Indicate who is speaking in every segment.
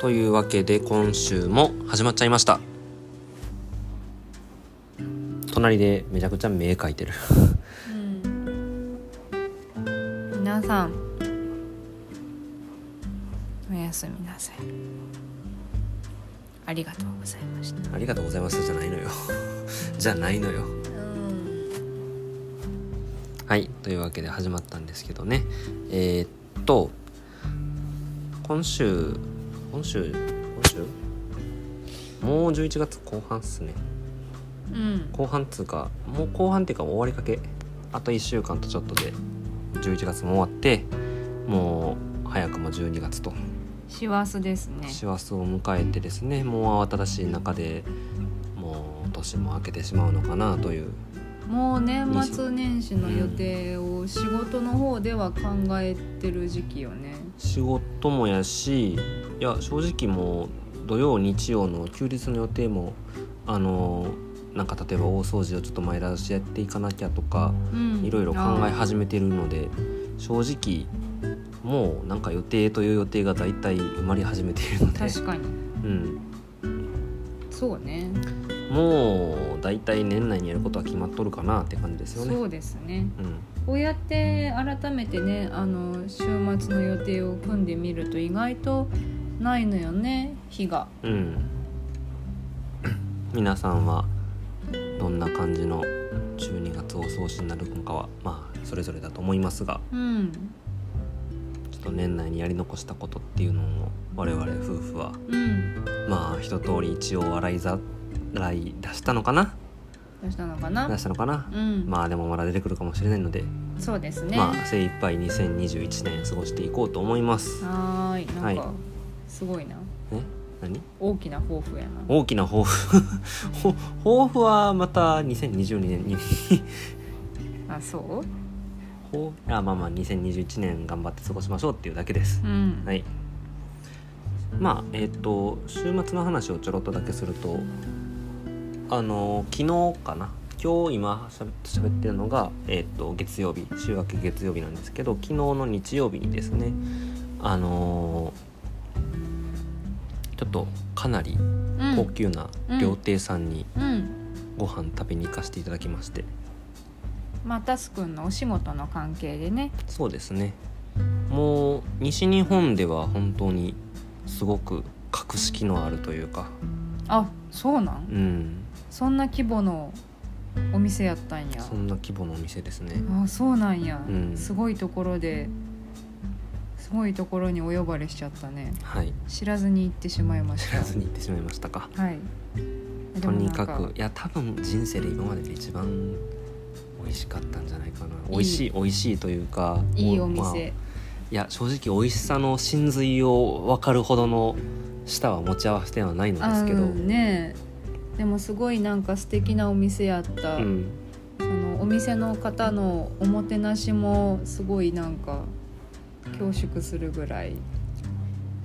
Speaker 1: というわけで今週も始まっちゃいました隣でめちゃくちゃ目描いてる
Speaker 2: うん、皆さんおやすみなさいありがとうございました
Speaker 1: ありがとうございますじゃないのよ じゃないのよ
Speaker 2: うん
Speaker 1: はいというわけで始まったんですけどねえー、っと今週今週今週もう11月後半っすね
Speaker 2: うん
Speaker 1: 後半っつうかもう後半っていうか終わりかけあと1週間とちょっとで11月も終わってもう早くも12月と
Speaker 2: 師走ですね
Speaker 1: 師走を迎えてですねもう慌ただしい中でもう年も明けてしまうのかなという
Speaker 2: もう年末年始の予定を仕事の方では考えてる時期よね
Speaker 1: 仕事もやしいや正直もう土曜日曜の休日の予定もあのなんか例えば大掃除をちょっと前倒しやっていかなきゃとか
Speaker 2: うん
Speaker 1: いろいろ考え始めてるので正直もうなんか予定という予定が大体埋まり始めているの
Speaker 2: あー
Speaker 1: で、
Speaker 2: 確かに
Speaker 1: うん、
Speaker 2: そうね
Speaker 1: もう大体年内にやることは決まっとるかなって感じですよね。
Speaker 2: そうですね
Speaker 1: うん
Speaker 2: こうやって改めてねあの週末の予定を組んでみると意外とないのよね日が
Speaker 1: うん、皆さんはどんな感じの12月をお過ごしになるのかはまあそれぞれだと思いますが
Speaker 2: うん
Speaker 1: ちょっと年内にやり残したことっていうのを我々夫婦は
Speaker 2: うん
Speaker 1: まあ一通り一応洗いざらい出したのかな
Speaker 2: どうしたのかな
Speaker 1: 出したのかな
Speaker 2: うん、
Speaker 1: まあでもまだ出てくるかもしれないので、
Speaker 2: そうですね、
Speaker 1: まあ精一杯2021年過ごしていこうと思います。
Speaker 2: はーいなん
Speaker 1: は
Speaker 2: か
Speaker 1: い
Speaker 2: すごいな
Speaker 1: ね、何
Speaker 2: 大きな抱負やな
Speaker 1: 大きな抱負 ほ抱負はまた2022年に
Speaker 2: あそ
Speaker 1: ほうあまあまあ2021年頑張って過ごしましょうっていうだけです
Speaker 2: ううん
Speaker 1: はいまあえっ、と週末の話をちょろっとだけするとあの昨日かな今日今しゃべってるのが、えっと月曜日週明け月曜日なんですけど昨日の日曜日にですねあのちょっとかなり
Speaker 2: うん
Speaker 1: 高級な料亭さんに
Speaker 2: うん
Speaker 1: ご飯食べに行かせていただきまして、
Speaker 2: まあタスくんのお仕事の関係でね
Speaker 1: そうですねもう西日本では本当にすごく格式のあるというか
Speaker 2: あそうなん
Speaker 1: うん
Speaker 2: そんな規模のお店やったんや
Speaker 1: そんな規模のお店ですね
Speaker 2: あそうなんや、
Speaker 1: うん
Speaker 2: すごいところですごいところにお呼ばれしちゃったね
Speaker 1: はい
Speaker 2: 知らずに行ってしまいまし
Speaker 1: 知
Speaker 2: た
Speaker 1: らずに行ってしまいましたか
Speaker 2: はいで
Speaker 1: と
Speaker 2: もな
Speaker 1: に
Speaker 2: ん
Speaker 1: かくいや多分人生で今までで一番美味しかったんじゃないかない美味しい美味しいというか
Speaker 2: いいお
Speaker 1: まあ
Speaker 2: 店
Speaker 1: い、や正直美味しさの真髄を分かるほどの舌は持ち合わせてはないの
Speaker 2: あ、
Speaker 1: ですけど、
Speaker 2: うんねえでもすごいなんか素敵なお店やった、
Speaker 1: うん、
Speaker 2: そのお店の方のおもてなしもすごいなんか恐縮するぐらい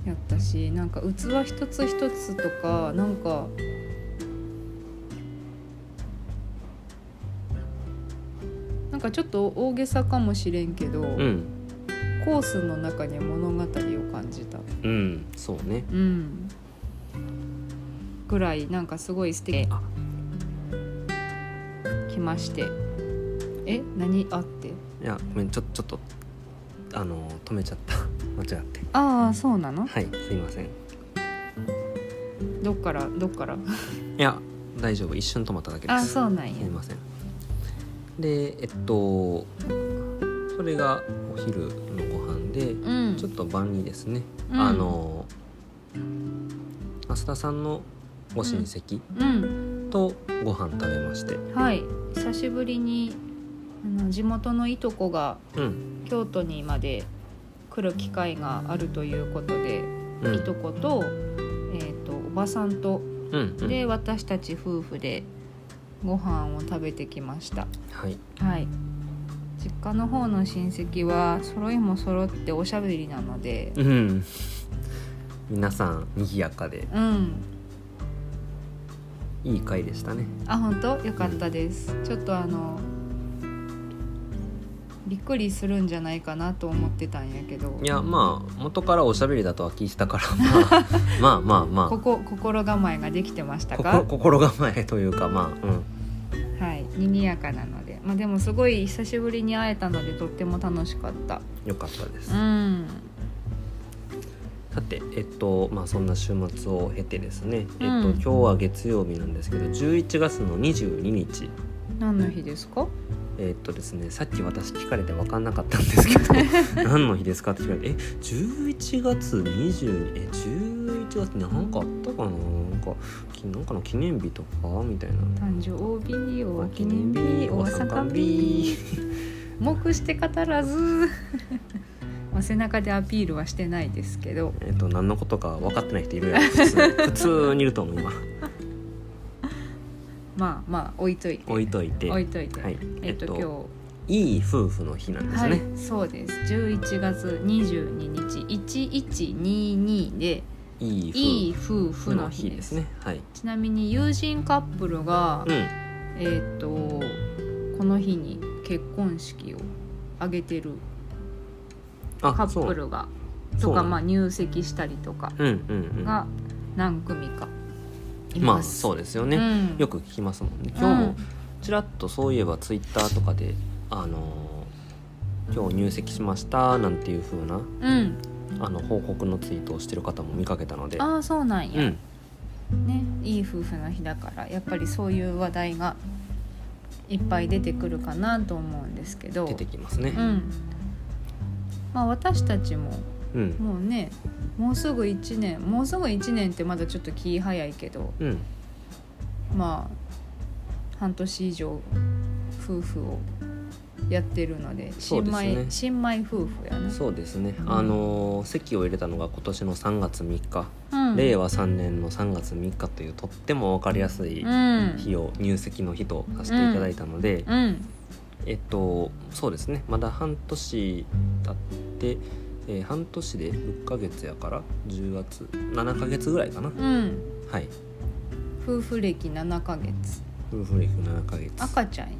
Speaker 2: やったしなんか器一つ一つとかなんかなんかちょっと大げさかもしれんけど、
Speaker 1: うん
Speaker 2: コースの中に物語を感じた、
Speaker 1: うんそうね
Speaker 2: うん、ぐらいなんかすごい素敵
Speaker 1: あ
Speaker 2: きましてえ何あって
Speaker 1: いやごめんちょちょっとあの止めちゃった 間違って
Speaker 2: ああそうなの
Speaker 1: はいすいませんい
Speaker 2: どっからどっ から
Speaker 1: や大丈夫一瞬止まっただけで
Speaker 2: あ
Speaker 1: す
Speaker 2: そうなん
Speaker 1: す
Speaker 2: や
Speaker 1: いませんでえっとそれがお昼のご飯で
Speaker 2: うん
Speaker 1: ちょっと晩にですね、
Speaker 2: うん
Speaker 1: あの増田さんのご親戚
Speaker 2: うん
Speaker 1: とご飯食べまして
Speaker 2: はい久しぶりにあの地元のいとこが
Speaker 1: うん
Speaker 2: 京都にまで来る機会があるということで、
Speaker 1: うん
Speaker 2: いとこと,、えー、とおばさんと
Speaker 1: うんうん
Speaker 2: で私たち夫婦でご飯を食べてきました
Speaker 1: はい
Speaker 2: はい実家の方の親戚は揃いも揃っておしゃべりなので
Speaker 1: うん皆さん賑やかで
Speaker 2: うん
Speaker 1: いい回でしたね
Speaker 2: あ本当よかったです、ちょっとあのびっくりするんじゃないかなと思ってたんやけど
Speaker 1: いやまあ元からおしゃべりだとは聞いてたからま あまあまあ
Speaker 2: ここ心構えができてました
Speaker 1: 心
Speaker 2: か
Speaker 1: 心構えというかまあうん
Speaker 2: はい賑やかなので、まあ、でもすごい久しぶりに会えたのでとっても楽しかった
Speaker 1: よかったです、
Speaker 2: うん
Speaker 1: さてえっとまあそんな週末を経てですね、えっと
Speaker 2: う
Speaker 1: 今
Speaker 2: ん
Speaker 1: 日は月曜日なんですけど11月の22日
Speaker 2: 何の日ですか
Speaker 1: えっとですねさっき私聞かれて分かんなかったんですけ ど何の日ですかって聞かれてえ11月22え11月なんかあったかななんかきなんかの記念日とかみたいな
Speaker 2: 誕生日お記念日おさか
Speaker 1: 日
Speaker 2: 日黙して語らず まあ背中でアピールはしてないですけど
Speaker 1: えっと何のことか分かってない人いるや ろ普通普通にいると思う今
Speaker 2: まあまあ置いといて
Speaker 1: 置いといて
Speaker 2: 置いといて、
Speaker 1: はい
Speaker 2: えっと、
Speaker 1: えっと
Speaker 2: 今
Speaker 1: いい夫婦の日なんで
Speaker 2: 日、
Speaker 1: すね、
Speaker 2: はいそうです11月22日1122で
Speaker 1: い、
Speaker 2: い
Speaker 1: い
Speaker 2: い夫
Speaker 1: 夫婦
Speaker 2: 婦
Speaker 1: の
Speaker 2: の
Speaker 1: 日
Speaker 2: 日
Speaker 1: で
Speaker 2: ですす
Speaker 1: ねはい
Speaker 2: ちなみに友人カップルが、
Speaker 1: うん
Speaker 2: えっとこの日に結婚式を挙げてる
Speaker 1: あ
Speaker 2: カッ
Speaker 1: そ
Speaker 2: プ
Speaker 1: う
Speaker 2: ルが
Speaker 1: そ
Speaker 2: と
Speaker 1: うな
Speaker 2: か
Speaker 1: の
Speaker 2: まあ入籍したりとか
Speaker 1: うんうん
Speaker 2: が何組か
Speaker 1: う
Speaker 2: い
Speaker 1: んま
Speaker 2: ま
Speaker 1: あ
Speaker 2: す。
Speaker 1: そうですよね、
Speaker 2: うん
Speaker 1: よく聞きますもんね今日もちらっとそういえばツイッターとかであのー今日入籍しましたなんていう風な
Speaker 2: うん、
Speaker 1: あの報告のツイートをしてる方も見かけたので
Speaker 2: ああそうなん
Speaker 1: う
Speaker 2: や、
Speaker 1: ん
Speaker 2: ねいい夫婦の日だからやっぱりそういう話題がいっぱい出てくるかなと思うんですけど
Speaker 1: 出てきますね
Speaker 2: うんまあ、私たちも
Speaker 1: うん
Speaker 2: もうねもうすぐ1年もうすぐ1年ってまだちょっと気早いけど
Speaker 1: うん
Speaker 2: まあ半年以上夫婦をやってるので
Speaker 1: そう
Speaker 2: 新
Speaker 1: ですね
Speaker 2: 米新米夫婦やな、
Speaker 1: そうですね
Speaker 2: うん
Speaker 1: あのー籍を入れたのが今年の3月3日、
Speaker 2: うん、
Speaker 1: 令和3年の3月3日というとっても分かりやすい
Speaker 2: うん
Speaker 1: 日を入籍の日とさせていただいたので、
Speaker 2: うん
Speaker 1: えっとそうですねまだ半年経って、えー半年で6ヶ月やから10月7ヶ月ぐらいかな、
Speaker 2: うん
Speaker 1: はい
Speaker 2: 夫婦歴7ヶ月
Speaker 1: 夫婦歴7ヶ月
Speaker 2: 赤ちゃんや、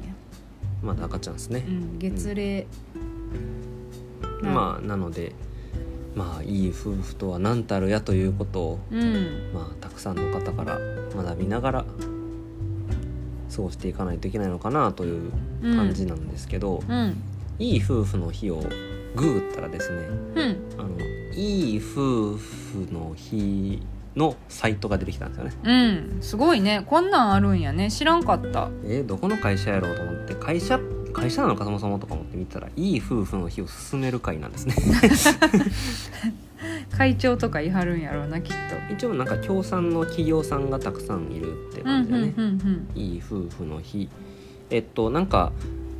Speaker 1: まだ赤ちゃんですね
Speaker 2: う、ん、月齢、うん
Speaker 1: まあなのでまあいい夫婦とは何たるやということを
Speaker 2: うん
Speaker 1: まあたくさんの方から学びながら過ごしていかないといけないのかなという
Speaker 2: うん
Speaker 1: 感じなんですけど、
Speaker 2: うん
Speaker 1: いい夫婦の日をググったらですね
Speaker 2: うん
Speaker 1: あのいい夫婦の日のサイトが出てきたんですよね
Speaker 2: うんすごいねこんなんあるんやね知らんかった
Speaker 1: えーどこの会社やろうと思って会社会社なのかそもそもとか思って見たらいい夫婦の日を進める会なんですね
Speaker 2: 会長とか言いはるんやろうなきっ
Speaker 1: 一応なんか協賛の企業さんがたくさんいるって
Speaker 2: とう
Speaker 1: 感
Speaker 2: んう
Speaker 1: じ
Speaker 2: ん
Speaker 1: だね、
Speaker 2: うん
Speaker 1: いい夫婦の日えっとなんか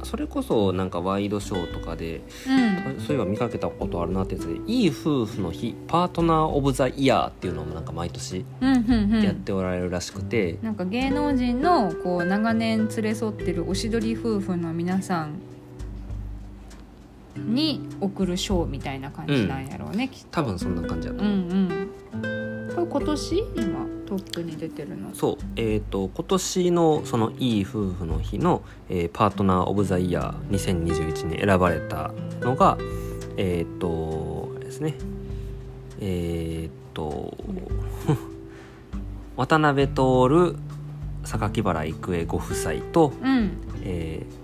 Speaker 1: それこそなんかワイドショーとかで
Speaker 2: うん
Speaker 1: そういえば見かけたことあるなってやつで「いい夫婦の日パートナー・オブ・ザ・イヤー」っていうのもなんか毎年
Speaker 2: うんうんうんう
Speaker 1: やっ
Speaker 2: ん
Speaker 1: ておられるらしくて、
Speaker 2: なんか芸能人のこう長年連れ添ってるおしどり夫婦の皆さんに送る賞みたいな感じなんやろうね、きっ
Speaker 1: 多分そんな感じだと
Speaker 2: とう
Speaker 1: 思う、
Speaker 2: んうんこれ今年今トップに出てるの
Speaker 1: そうえっ、と今年のそのいい夫婦の日の、えーパートナー・オブ・ザ・イヤー2021に選ばれたのがえっ、とあれですねえっ、と 渡辺徹榊原郁恵ご夫妻と、
Speaker 2: うん
Speaker 1: えー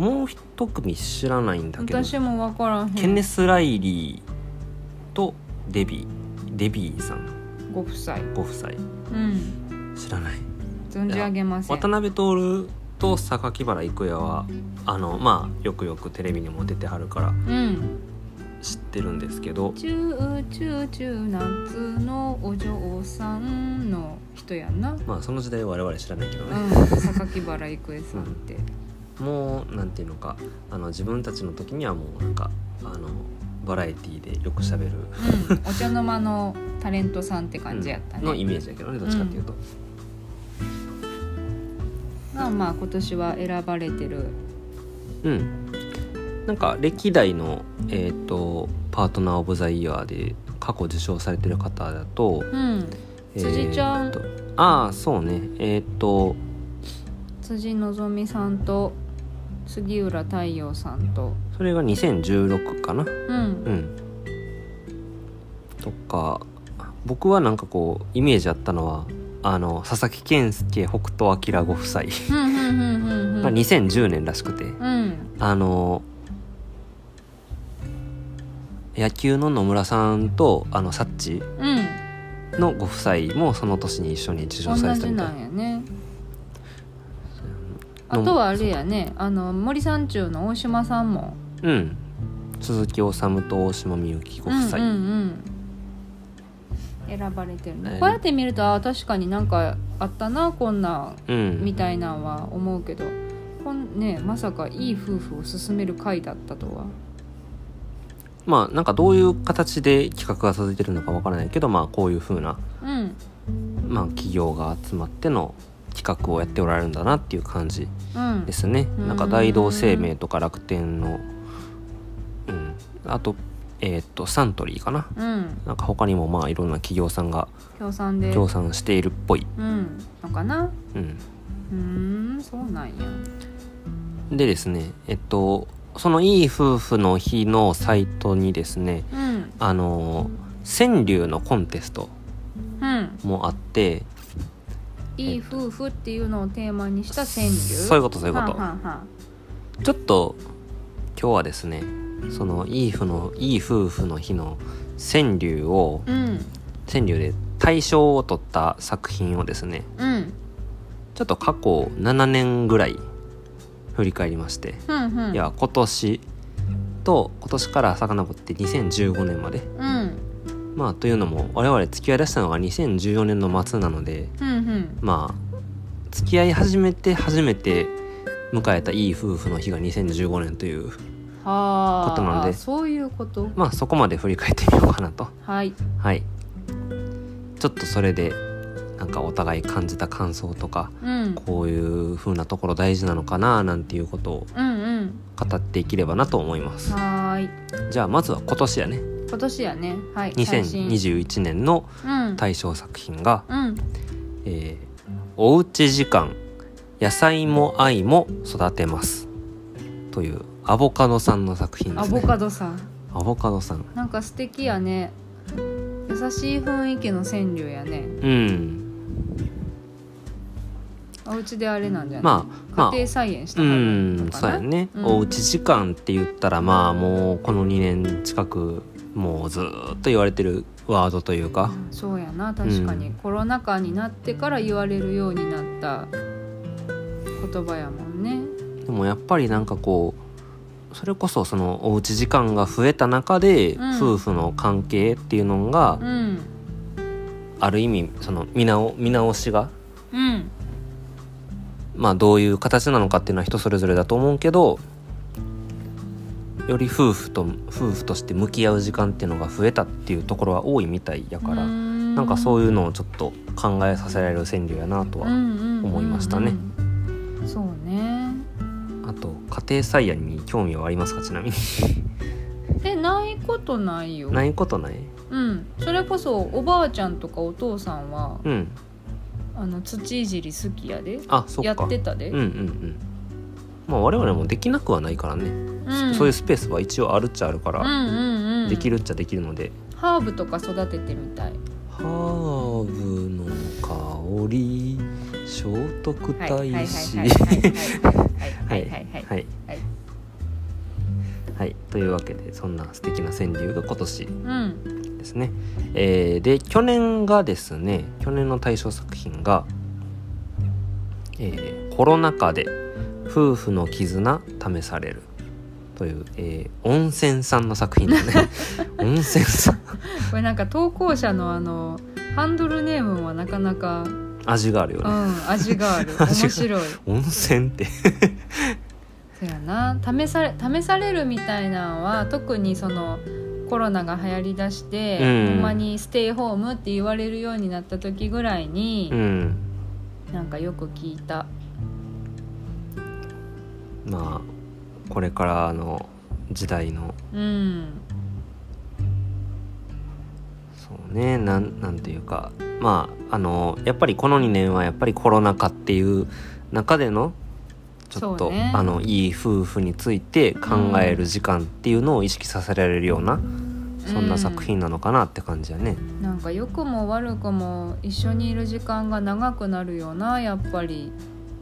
Speaker 1: もう一組知らないんだけど
Speaker 2: 私も分からんへ
Speaker 1: ケ
Speaker 2: ん
Speaker 1: ネス・ライリーとデビーデビーさん
Speaker 2: ご夫妻
Speaker 1: ご夫妻
Speaker 2: うん
Speaker 1: 知らない
Speaker 2: 存じ上げません
Speaker 1: 渡辺徹と榊原郁恵はあのまあよくよくテレビにも出てはるから
Speaker 2: うん
Speaker 1: 知ってるんですけど
Speaker 2: チューチューチュー夏のお嬢さんの人やんな
Speaker 1: まあその時代は我々知らないけど
Speaker 2: う
Speaker 1: ね、
Speaker 2: ん榊原郁恵さんって
Speaker 1: もうなんていうのかあの自分たちの時にはもうなんかあのバラエティーでよくしゃべる、
Speaker 2: うん、お茶の間のタレントさんって感じやったね、
Speaker 1: のイメージだけどねどっちかっていうと、
Speaker 2: まあまあ今年は選ばれてる
Speaker 1: うん、なんか歴代の、えー、とパートナー・オブ・ザ・イヤーで過去受賞されてる方だと
Speaker 2: うん辻ちゃん
Speaker 1: えーとああそうねえっ、と
Speaker 2: 辻希美さんと杉浦太陽さんと
Speaker 1: それが2016かな
Speaker 2: うん
Speaker 1: うんとか僕はなんかこうイメージあったのはあの佐々木健介北斗晶ご夫妻
Speaker 2: うんうんうんうんう
Speaker 1: が
Speaker 2: ん
Speaker 1: 2010年らしくて
Speaker 2: うん
Speaker 1: あの野球の野村さんとあのサッチ
Speaker 2: うん
Speaker 1: のご夫妻もその年に一緒に受賞され
Speaker 2: 同
Speaker 1: てた
Speaker 2: じ
Speaker 1: みたい
Speaker 2: なんやね
Speaker 1: の
Speaker 2: あとはあれやねあの森三中の大島さんも
Speaker 1: うん鈴木治と大島美幸ご夫妻、
Speaker 2: うんうんうん、選ばれてるね、
Speaker 1: ね
Speaker 2: こうやって見るとあ確かになんかあったなこんなん
Speaker 1: うん
Speaker 2: みたいなんは思うけどこん、ね、まさかいい夫婦を勧める会だったとは
Speaker 1: まあなんかどういう形で企画が続いてるのかわからないけどまあこういう風な
Speaker 2: うん
Speaker 1: まあ企業が集まっての企画をやっておられるんだなっていう感じ
Speaker 2: うん
Speaker 1: ですね。
Speaker 2: うん
Speaker 1: なんか大同生命とか楽天の、うん、あとえーっとサントリーかな。
Speaker 2: うん
Speaker 1: なんか他にもまあいろんな企業さんが
Speaker 2: 協賛で
Speaker 1: 協賛しているっぽい。
Speaker 2: うんのかな
Speaker 1: うん、
Speaker 2: うーんそうなんや
Speaker 1: でですねえっとそのいい夫婦の日のサイトにですね
Speaker 2: うん
Speaker 1: あの川柳のコンテスト
Speaker 2: うん
Speaker 1: もあって
Speaker 2: いい夫婦っていうのをテーマにした川柳
Speaker 1: そういうことそういうこと
Speaker 2: はんはんはん
Speaker 1: ちょっと今日はですねそのいい夫のいい夫婦の日の川柳を
Speaker 2: うん
Speaker 1: 川柳で大賞を取った作品をですね
Speaker 2: うん
Speaker 1: ちょっと過去7年ぐらい振り返りまして
Speaker 2: ふんふん
Speaker 1: いや今年と今年から遡って2015年まで
Speaker 2: うん
Speaker 1: まあというのも我々付き合いだしたのが2014年の末なので
Speaker 2: ふんふん
Speaker 1: まあ付き合い始めて初めて迎えたいい夫婦の日が2015年という
Speaker 2: はあ
Speaker 1: ことなんで
Speaker 2: そういうこと
Speaker 1: まあそこまで振り返ってみようかなと
Speaker 2: はい
Speaker 1: はいちょっとそれでなんかお互い感じた感想とか
Speaker 2: うん
Speaker 1: こういう風なところ大事なのかななんていうことを
Speaker 2: うんうん
Speaker 1: 語っていければなと思います
Speaker 2: はーい
Speaker 1: じゃあまずは今年やね
Speaker 2: 今年やねはい最新
Speaker 1: 2021年の
Speaker 2: うん
Speaker 1: 大賞作品が
Speaker 2: うん
Speaker 1: 「えーおうち時間野菜も愛も育てます」というアボカドさんの作品で
Speaker 2: ア
Speaker 1: すね
Speaker 2: ボカドさん
Speaker 1: アボカドさん
Speaker 2: なんか素敵やね優しい雰囲気の川柳やね
Speaker 1: うん
Speaker 2: お家であれなんじゃない、
Speaker 1: まあまあ
Speaker 2: 家庭菜園した
Speaker 1: う
Speaker 2: から
Speaker 1: んそうやね、
Speaker 2: うん
Speaker 1: おうち時間って言ったらまあもうこの2年近くもうずーっと言われてるワードというか
Speaker 2: そうやな確かに、
Speaker 1: うん
Speaker 2: コロナ禍になってから言われるようになった言葉やもんね
Speaker 1: でもやっぱりなんかこうそれこそそのおうち時間が増えた中で、
Speaker 2: うん
Speaker 1: 夫婦の関係っていうのが、
Speaker 2: うん
Speaker 1: ある意味その見直見直しが、
Speaker 2: うん
Speaker 1: まあ、どういう形なのかっていうのは人それぞれだと思うけどより夫婦と夫婦として向き合う時間っていうのが増えたっていうところは多いみたいやから、
Speaker 2: な
Speaker 1: なんかそう
Speaker 2: いう
Speaker 1: いうのをちょっと考えさせられる川柳やなと
Speaker 2: う
Speaker 1: は、
Speaker 2: 思
Speaker 1: 思いましたね
Speaker 2: そうね
Speaker 1: あと家庭菜園に興味はありますかちなみに
Speaker 2: でないことないよ
Speaker 1: ないことない
Speaker 2: うん、それこそおばあちゃんとかお父さんは
Speaker 1: うん
Speaker 2: あの土いじり好きやで
Speaker 1: あそっか
Speaker 2: やってたで、
Speaker 1: うんうんうんまあ我々もできなくはないからね、
Speaker 2: うん
Speaker 1: そういうスペースは一応あるっちゃあるか
Speaker 2: うん
Speaker 1: ら、
Speaker 2: うんうん、
Speaker 1: できるっちゃできるので
Speaker 2: ハーブとか育ててみたい
Speaker 1: ハーブの香り聖徳
Speaker 2: はいはいはいは
Speaker 1: 太
Speaker 2: い
Speaker 1: 子
Speaker 2: はいはいはいはい は
Speaker 1: はいいは
Speaker 2: はい
Speaker 1: いというわけでそんな素敵な川柳が今年
Speaker 2: うん
Speaker 1: ですね、えーで去年がですね去年の対象作品が、えーコロナ禍で夫婦の絆試される」という、えー温泉さんの作品だね温泉さん
Speaker 2: これなんか投稿者のあのハンドルネームはなかなか、
Speaker 1: 味があるよ
Speaker 2: う
Speaker 1: ね
Speaker 2: ん、味がある 面
Speaker 1: 味が
Speaker 2: 白い
Speaker 1: 温泉って
Speaker 2: そうやな試され試されるみたいなのは特にそのコロナが流行りだして、
Speaker 1: うん
Speaker 2: ほんまにステイホームって言われるようになった時ぐらいに、
Speaker 1: うん
Speaker 2: なんかよく聞いた
Speaker 1: まあこれからの時代の
Speaker 2: うん
Speaker 1: そうねなんなんていうかまああのやっぱりこの2年はやっぱりコロナ禍っていう中でのちちょっ
Speaker 2: そ
Speaker 1: と、
Speaker 2: うね
Speaker 1: あのいい夫婦について考える時間っていうのを意識させられるような、そんな作品なのかなって感じやね。
Speaker 2: なんか良くも悪くも一緒にいる時間が長くなるよなやっぱり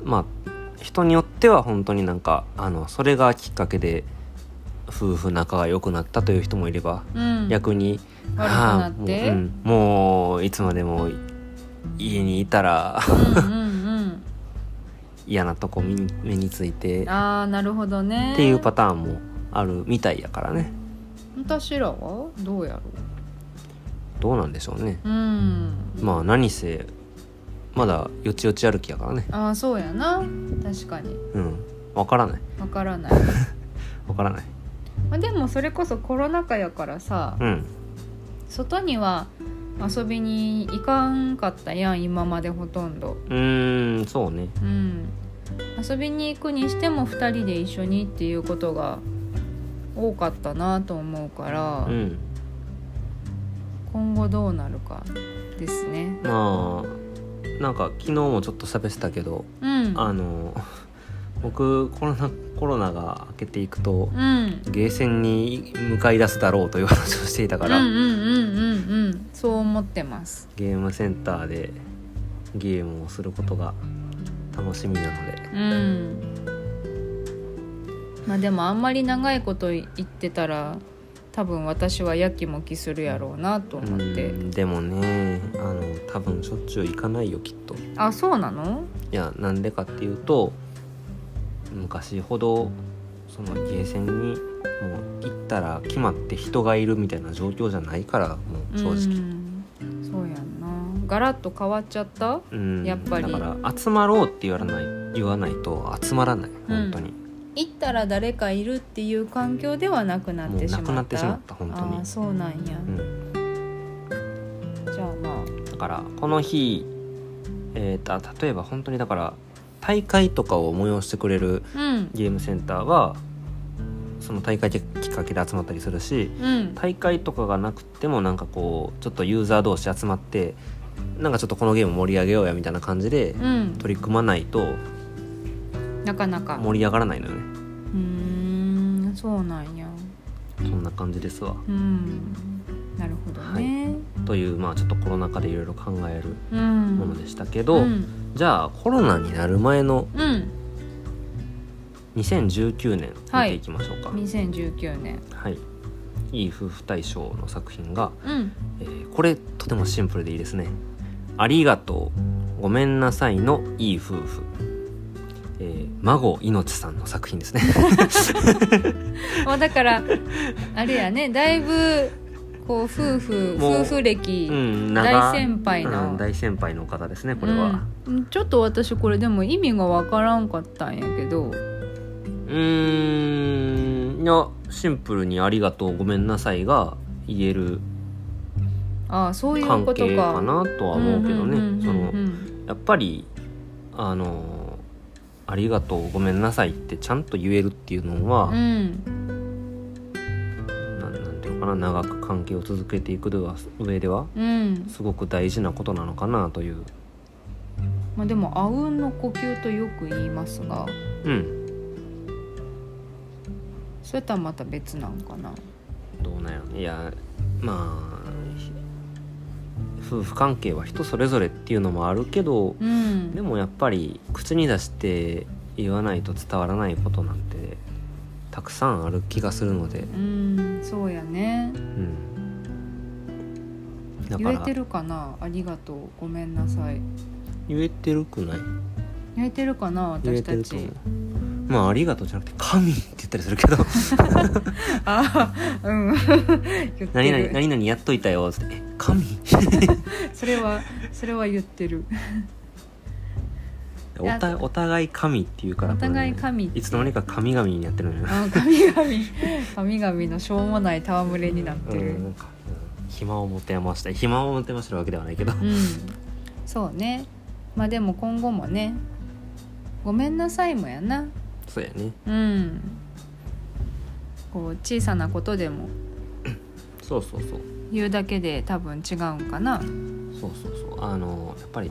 Speaker 1: まあ人によっては本当になんかあのそれがきっかけで夫婦仲が良くなったという人もいれば、
Speaker 2: うん
Speaker 1: 逆に
Speaker 2: 悪く
Speaker 1: あ
Speaker 2: な
Speaker 1: あ
Speaker 2: っ
Speaker 1: も
Speaker 2: て
Speaker 1: ううんもういつまでも家にいたら
Speaker 2: うん うん
Speaker 1: 嫌なとこ目に目について
Speaker 2: う
Speaker 1: っ
Speaker 2: んああなるほどね
Speaker 1: ていうパターンもあるみたいやからね
Speaker 2: 私らはどうやろ
Speaker 1: どうなんでしょうね
Speaker 2: ううん
Speaker 1: まあ何せまだよちよち歩きやからね
Speaker 2: ああそうやな確かに
Speaker 1: うんわからない
Speaker 2: わからない、
Speaker 1: わからない
Speaker 2: まあ、でもそれこそコロナ禍やからさ
Speaker 1: うん
Speaker 2: 外には遊びに行かんかったやん今までほとんど
Speaker 1: うーんそうね
Speaker 2: うん遊びに行くにしても2人で一緒にっていうことが多かったなと思うから、
Speaker 1: うん
Speaker 2: 今後どうなるかですね
Speaker 1: まあなんか昨日もちょっと喋ってたけど
Speaker 2: うん
Speaker 1: あの僕コロナコロナが明けていくと
Speaker 2: うん
Speaker 1: ゲーセンに向かい出すだろうという話をしていたから、
Speaker 2: うんうんうんうんうんそう思ってます
Speaker 1: ゲームセンターでゲームをすることが楽しみなので
Speaker 2: うんまあでもあんまり長いこと言ってたら多分私はやきもきするやろうなと思って、
Speaker 1: うんでもねあの多分しょっちゅう行かないよきっとい
Speaker 2: あそうなの
Speaker 1: やなんでかっていうと昔ほどそのゲーセンにもう行ったら決まって人がいるみたいな状況じゃないからもう正直、
Speaker 2: うんそうやんなガラッと変わっちゃった
Speaker 1: うん
Speaker 2: やっぱり
Speaker 1: だから集まろうって言わない言わないと集まらない本当に、
Speaker 2: 行ったら誰かいるっていう環境ではなくなってしまった
Speaker 1: もうなくなってしまった本当に
Speaker 2: ああそうなんや、
Speaker 1: うん
Speaker 2: じゃあま
Speaker 1: だからこの日、えーとあ例えば本当にだから大会とかを催してくれる
Speaker 2: あうん
Speaker 1: ゲームセンターはその大会きっかけで集まったりするし
Speaker 2: うん
Speaker 1: 大会とかがなくてもなんかこうちょっとユーザー同士集まってなんかちょっとこのゲーム盛り上げようやみたいな感じで
Speaker 2: うん
Speaker 1: 取り組まないと
Speaker 2: なかなかう
Speaker 1: 盛り上がらないのよね
Speaker 2: ーんそうなんや
Speaker 1: そんな感じですわ
Speaker 2: うんなるほどね、
Speaker 1: というまあちょっとコロナ禍でいろいろ考える
Speaker 2: うん
Speaker 1: ものでしたけど、
Speaker 2: うん、
Speaker 1: じゃあコロナになる前の
Speaker 2: うん、
Speaker 1: 2019年見
Speaker 2: はい
Speaker 1: ていきましょうか、はい
Speaker 2: 2019年
Speaker 1: い、い夫婦大賞の作品が、
Speaker 2: うん
Speaker 1: えーこれとてもシンプルでいいですね「ありがとうごめんなさい」のいい夫婦、えー、孫いのちさんの作品ですね
Speaker 2: まあだからあれやねだいぶこう夫婦
Speaker 1: もう
Speaker 2: 夫婦歴、
Speaker 1: うん長
Speaker 2: 大先輩の、
Speaker 1: うん大先輩のお方ですねこれは
Speaker 2: うんちょっと私これでも意味がわからんかったんやけど
Speaker 1: うーんいやシンプルに「ありがとうごめんなさい」が言える
Speaker 2: ああそういうこ
Speaker 1: 関
Speaker 2: と
Speaker 1: 係
Speaker 2: か
Speaker 1: かなとは思うけどねその
Speaker 2: の
Speaker 1: やっぱりあの「ありがとうごめんなさい」ってちゃんと言えるっていうのは、
Speaker 2: うん
Speaker 1: なんなんていうのかな長く関係を続けていくでは上では
Speaker 2: うん
Speaker 1: すごく大事なことなのかなという、
Speaker 2: まあでもあうんの呼吸とよく言いますが
Speaker 1: うん、
Speaker 2: それとはまた別なんかな
Speaker 1: どうなんやろねいやまあひ夫婦関係は人それぞれっていうのもあるけど
Speaker 2: うん
Speaker 1: でもやっぱり口に出して言わないと伝わらないことなんてたくさんある気がするので、
Speaker 2: うんそうやね
Speaker 1: うん、だか
Speaker 2: 言え
Speaker 1: ら
Speaker 2: てるかなありがとうごめんなさい
Speaker 1: 言えてるくない
Speaker 2: 言えてるかな
Speaker 1: 言え
Speaker 2: 私
Speaker 1: て
Speaker 2: た
Speaker 1: ると
Speaker 2: ち
Speaker 1: 思うまあありがとうじゃなくて神って言ったりするけ ど
Speaker 2: ああうん言って
Speaker 1: 何々
Speaker 2: る
Speaker 1: 何々やっといたよってえ神
Speaker 2: それはそれは言ってる
Speaker 1: おたお互い神っていうから
Speaker 2: お互い
Speaker 1: これね
Speaker 2: 神って
Speaker 1: いつの間にか神々になってるのよ
Speaker 2: あ神々神々のしょうもない戯れになって
Speaker 1: う
Speaker 2: る
Speaker 1: んなんかうん暇を持て余したい暇を持て余してるわけではないけど
Speaker 2: うん、そうねまあでも今後もね「ごめんなさい」もやな
Speaker 1: そうやね
Speaker 2: うんこう小さなことでも
Speaker 1: そうそうそう
Speaker 2: 言うだけで多分違うんかな
Speaker 1: そうそうそうあのやっぱり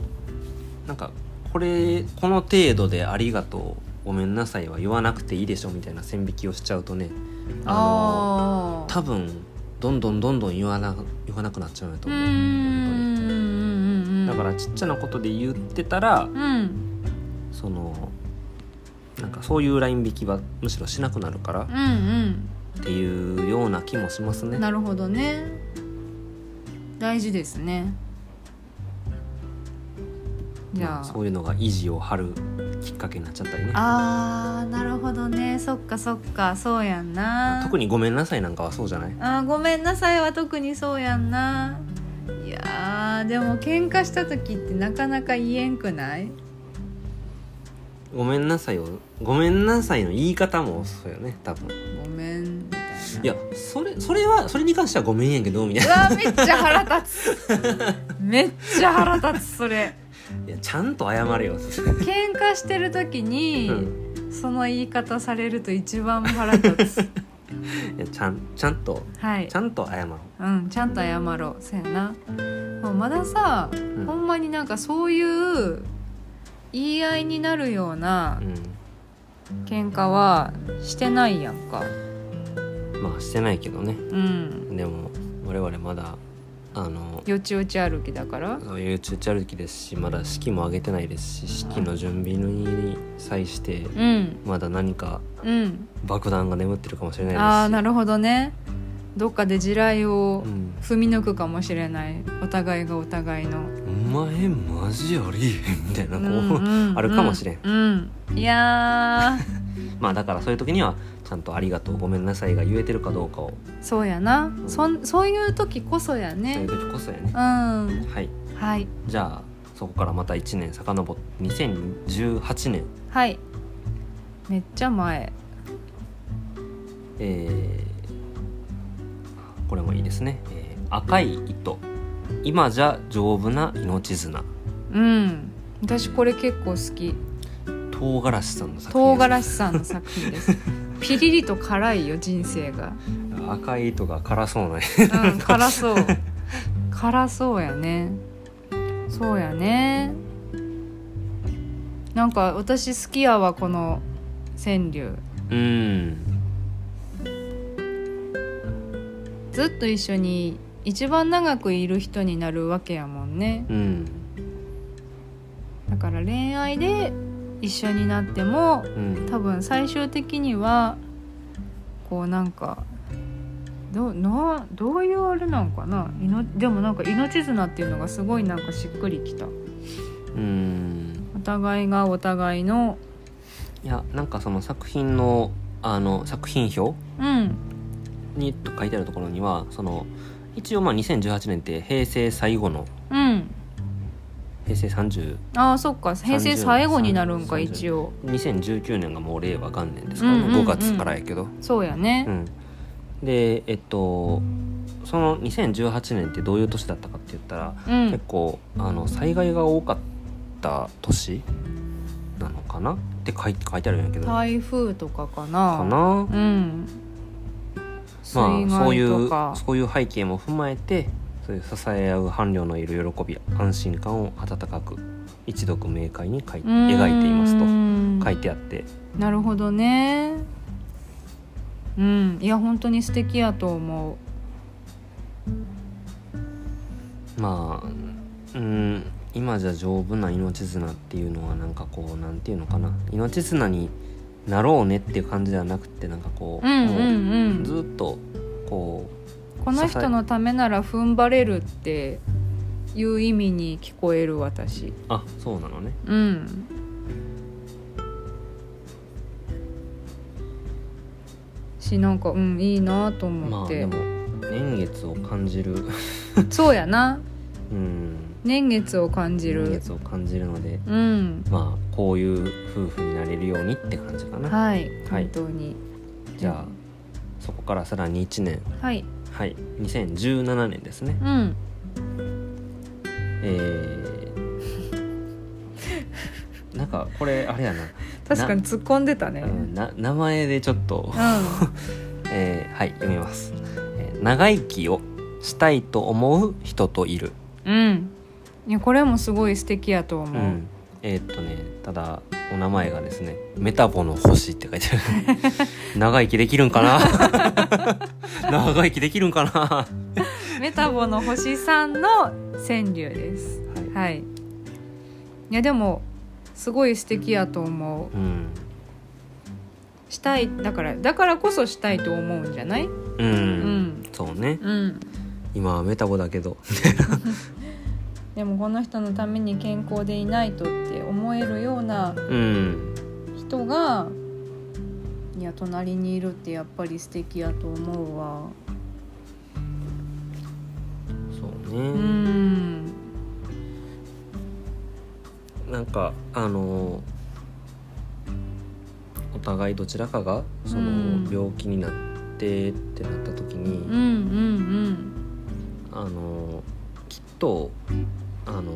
Speaker 1: なんかこれこの程度で「ありがとうごめんなさい」は言わなくていいでしょみたいな線引きをしちゃうとねあの
Speaker 2: ああ
Speaker 1: 多分どんどんどんどん言わな言わなくなっちゃうんやと
Speaker 2: うー
Speaker 1: 思う。本当
Speaker 2: ん
Speaker 1: にだからちっちゃなことで言ってたら
Speaker 2: うん
Speaker 1: そのなんかそういうライン引きはむしろしなくなるから
Speaker 2: うんう
Speaker 1: っ
Speaker 2: ん
Speaker 1: ていうような気もしますね。
Speaker 2: なるほどね大事ですねじゃあ
Speaker 1: そういうのが意地を張るきっかけになっちゃったりね。
Speaker 2: あーなるほどねそっかそっかそうやんな
Speaker 1: 特に「ごめんなさい」なんかはそうじゃない
Speaker 2: あーごめんなさいは特にそうやんないやーでも喧嘩した時ってなかなか言えんくない
Speaker 1: ごめんなさいをごめんなさいの言い方もそうよね多分
Speaker 2: ごめんみたいない
Speaker 1: やそれそれはそれに関してはごめんやけどみたいうな
Speaker 2: わめっちゃ腹 立つめっちゃ腹立つそれ
Speaker 1: いやちゃんと謝れよそれ
Speaker 2: 喧嘩してる時に、
Speaker 1: うん
Speaker 2: その言い方されると一番腹立 つ
Speaker 1: いやちゃんちゃんと
Speaker 2: はい
Speaker 1: ちゃんと謝ろう
Speaker 2: うんちゃんと謝ろうそうやなもうまださ、
Speaker 1: ん
Speaker 2: ほんまになんかそういう言い合いになるような
Speaker 1: う
Speaker 2: 喧嘩はしてないやんか
Speaker 1: んまあしてないけどね
Speaker 2: うん
Speaker 1: でも我々まだあの
Speaker 2: よちよち歩きだから
Speaker 1: そういうち歩きですしまだ式も挙げてないですし式の準備に際して
Speaker 2: うん
Speaker 1: まだ何か
Speaker 2: うん
Speaker 1: 爆弾が眠ってるかもしれないですし
Speaker 2: ああなるほどねどっかで地雷を
Speaker 1: うん
Speaker 2: 踏み抜くかもしれないお互いがお互いの
Speaker 1: お前マジありえへんみたいなこう、あるかもしれん、
Speaker 2: うん、うんいや
Speaker 1: まあだからそういう時にはちゃんと「ありがとうごめんなさい」が言えてるかどうかを
Speaker 2: ーそうやなそんそういう時こそや
Speaker 1: そうい
Speaker 2: ね
Speaker 1: う時こそやね
Speaker 2: うんは
Speaker 1: はい
Speaker 2: い
Speaker 1: じゃあそこからまた1年遡って2018年
Speaker 2: はいめっちゃ前
Speaker 1: えーこれもいいですね「えー赤い糸今じゃ丈夫な命綱
Speaker 2: うん私これ結構好き」
Speaker 1: 唐辛子さんの作品
Speaker 2: 唐
Speaker 1: です
Speaker 2: 辛子さんの作品ですピリリと辛いよ人生が
Speaker 1: 赤い糸が辛そう なね
Speaker 2: うん辛そう辛そうやねそうやねなんか私好きやわこの川柳
Speaker 1: うん
Speaker 2: ずっと一緒に一番長くいる人になるわけやもんね
Speaker 1: うん
Speaker 2: だから恋愛で一緒になっても
Speaker 1: うん
Speaker 2: 多分最終的にはこうなんかどうなどういうあれなんかないのでもなんか命綱っていうのがすごいなんかしっくりきた
Speaker 1: うん
Speaker 2: お互いがお互いの
Speaker 1: いやなんかその作品のあの作品表
Speaker 2: うん
Speaker 1: にと書いてあるところにはその一応まあ2018年って平成最後の
Speaker 2: うん
Speaker 1: 平成30
Speaker 2: ああそっか平成最後になるんか
Speaker 1: 30
Speaker 2: 一応
Speaker 1: 2019年がもう令和元年ですからね、
Speaker 2: うんうんう
Speaker 1: 5
Speaker 2: ん
Speaker 1: 月からやけど、
Speaker 2: そうや
Speaker 1: う
Speaker 2: ね
Speaker 1: ん、でえっとその2018年ってどういう年だったかって言ったら、
Speaker 2: うん、
Speaker 1: 結構あの災害が多かった年なのかなって書い書いてあるんやけどか
Speaker 2: 台風とかかな
Speaker 1: な
Speaker 2: うん
Speaker 1: まあそうい
Speaker 2: 水害
Speaker 1: う
Speaker 2: とか
Speaker 1: そういう背景も踏まえてそういう支え合う伴侶のいる喜び安心感を温かく一読明快に描い描いていますと書いてあって
Speaker 2: となるほどねうんいや本当に素敵やと思う
Speaker 1: まあうん今じゃ丈夫な命綱っていうのはなんかこうなんていうのかな命綱になろうねっていう感じではなくてなんかこう,、
Speaker 2: うんうんう
Speaker 1: も
Speaker 2: ん
Speaker 1: ずっとこ
Speaker 2: この人のためなら踏ん張れるっていう意味に聞こえる私
Speaker 1: うあそうなのね
Speaker 2: うんしなんかうんいいなと
Speaker 1: ま
Speaker 2: 思
Speaker 1: あ
Speaker 2: って、
Speaker 1: でも年月を感 じる
Speaker 2: そうやな
Speaker 1: うん
Speaker 2: 年月を感じ
Speaker 1: 年
Speaker 2: る
Speaker 1: 月を感じるので
Speaker 2: うん
Speaker 1: まあこういう夫婦になれるようにって感じかな
Speaker 2: はい
Speaker 1: はい
Speaker 2: 本当に、
Speaker 1: じゃあそこからさらに1年
Speaker 2: はい
Speaker 1: はい2017年ですね
Speaker 2: うん
Speaker 1: えー なんかこれあれやな
Speaker 2: 確かに突っ込んでたね
Speaker 1: うんな名前でちょっと
Speaker 2: う、ん
Speaker 1: えーはい読みます、えー長生きをしたいと思う人といる、
Speaker 2: うんいやこれもすごい素敵やと思う、
Speaker 1: うんええーっとねただお名前がですね「メタボの星」って書いてある 長生きできるんかな 長生きできるんかな、は
Speaker 2: メタボの星さんの川柳です
Speaker 1: い
Speaker 2: はいいやでもすごい素敵やと思う
Speaker 1: うん
Speaker 2: したいだからだからこそしたいと思うんじゃない
Speaker 1: うん、
Speaker 2: うん
Speaker 1: そうね
Speaker 2: うん
Speaker 1: 今はメタボだけど
Speaker 2: でもこの人のために健康でいないとって思えるような
Speaker 1: うん
Speaker 2: 人がいや隣にいるってやっぱり素敵やと思うわ
Speaker 1: そう
Speaker 2: う
Speaker 1: ね、
Speaker 2: ん
Speaker 1: なんかあのお互いどちらかがそ
Speaker 2: うん
Speaker 1: の病気になってってなった時に、
Speaker 2: うんうん
Speaker 1: あのきっとあの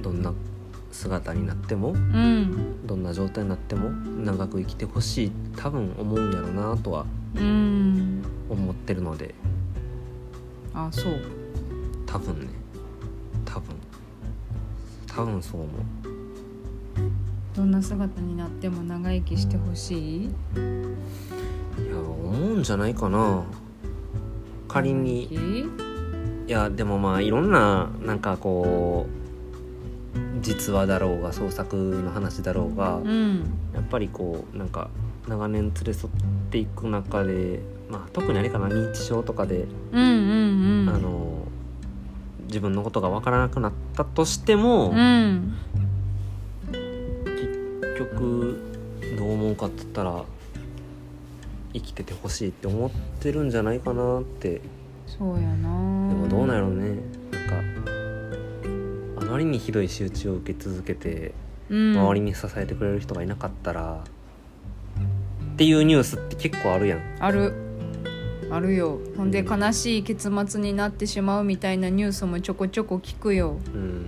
Speaker 1: どんな姿になっても
Speaker 2: うんうん
Speaker 1: どんな状態になっても長く生きてほしい多分思うんやろうなとは
Speaker 2: うん
Speaker 1: 思ってるので
Speaker 2: あそう
Speaker 1: 多分ね多分多分そう思
Speaker 2: どんな姿になっても長生きしてほしいう
Speaker 1: いや思うんじゃないかな仮にいやでもまあいろんななんかこう実話だろうが創作の話だろうが
Speaker 2: うん
Speaker 1: やっぱりこうなんか長年連れ添っていく中で、まあ、特にあれかな認知症とかで、
Speaker 2: うんうんうん
Speaker 1: あの自分のことが分からなくなったとしても、
Speaker 2: うん
Speaker 1: 結局どう思うかって言ったら生きててほしいって思ってるんじゃないかなって
Speaker 2: そうや
Speaker 1: で
Speaker 2: な
Speaker 1: もどうなんやろうねなんかあまりにひどい仕打ちを受け続けて
Speaker 2: うん
Speaker 1: 周りに支えてくれる人がいなかったら、っていうニュースって結構あるやん。
Speaker 2: あるあるよほんで
Speaker 1: うん
Speaker 2: 悲しい結末になってしまうみたいなニュースもちょこちょこ聞くよ
Speaker 1: うん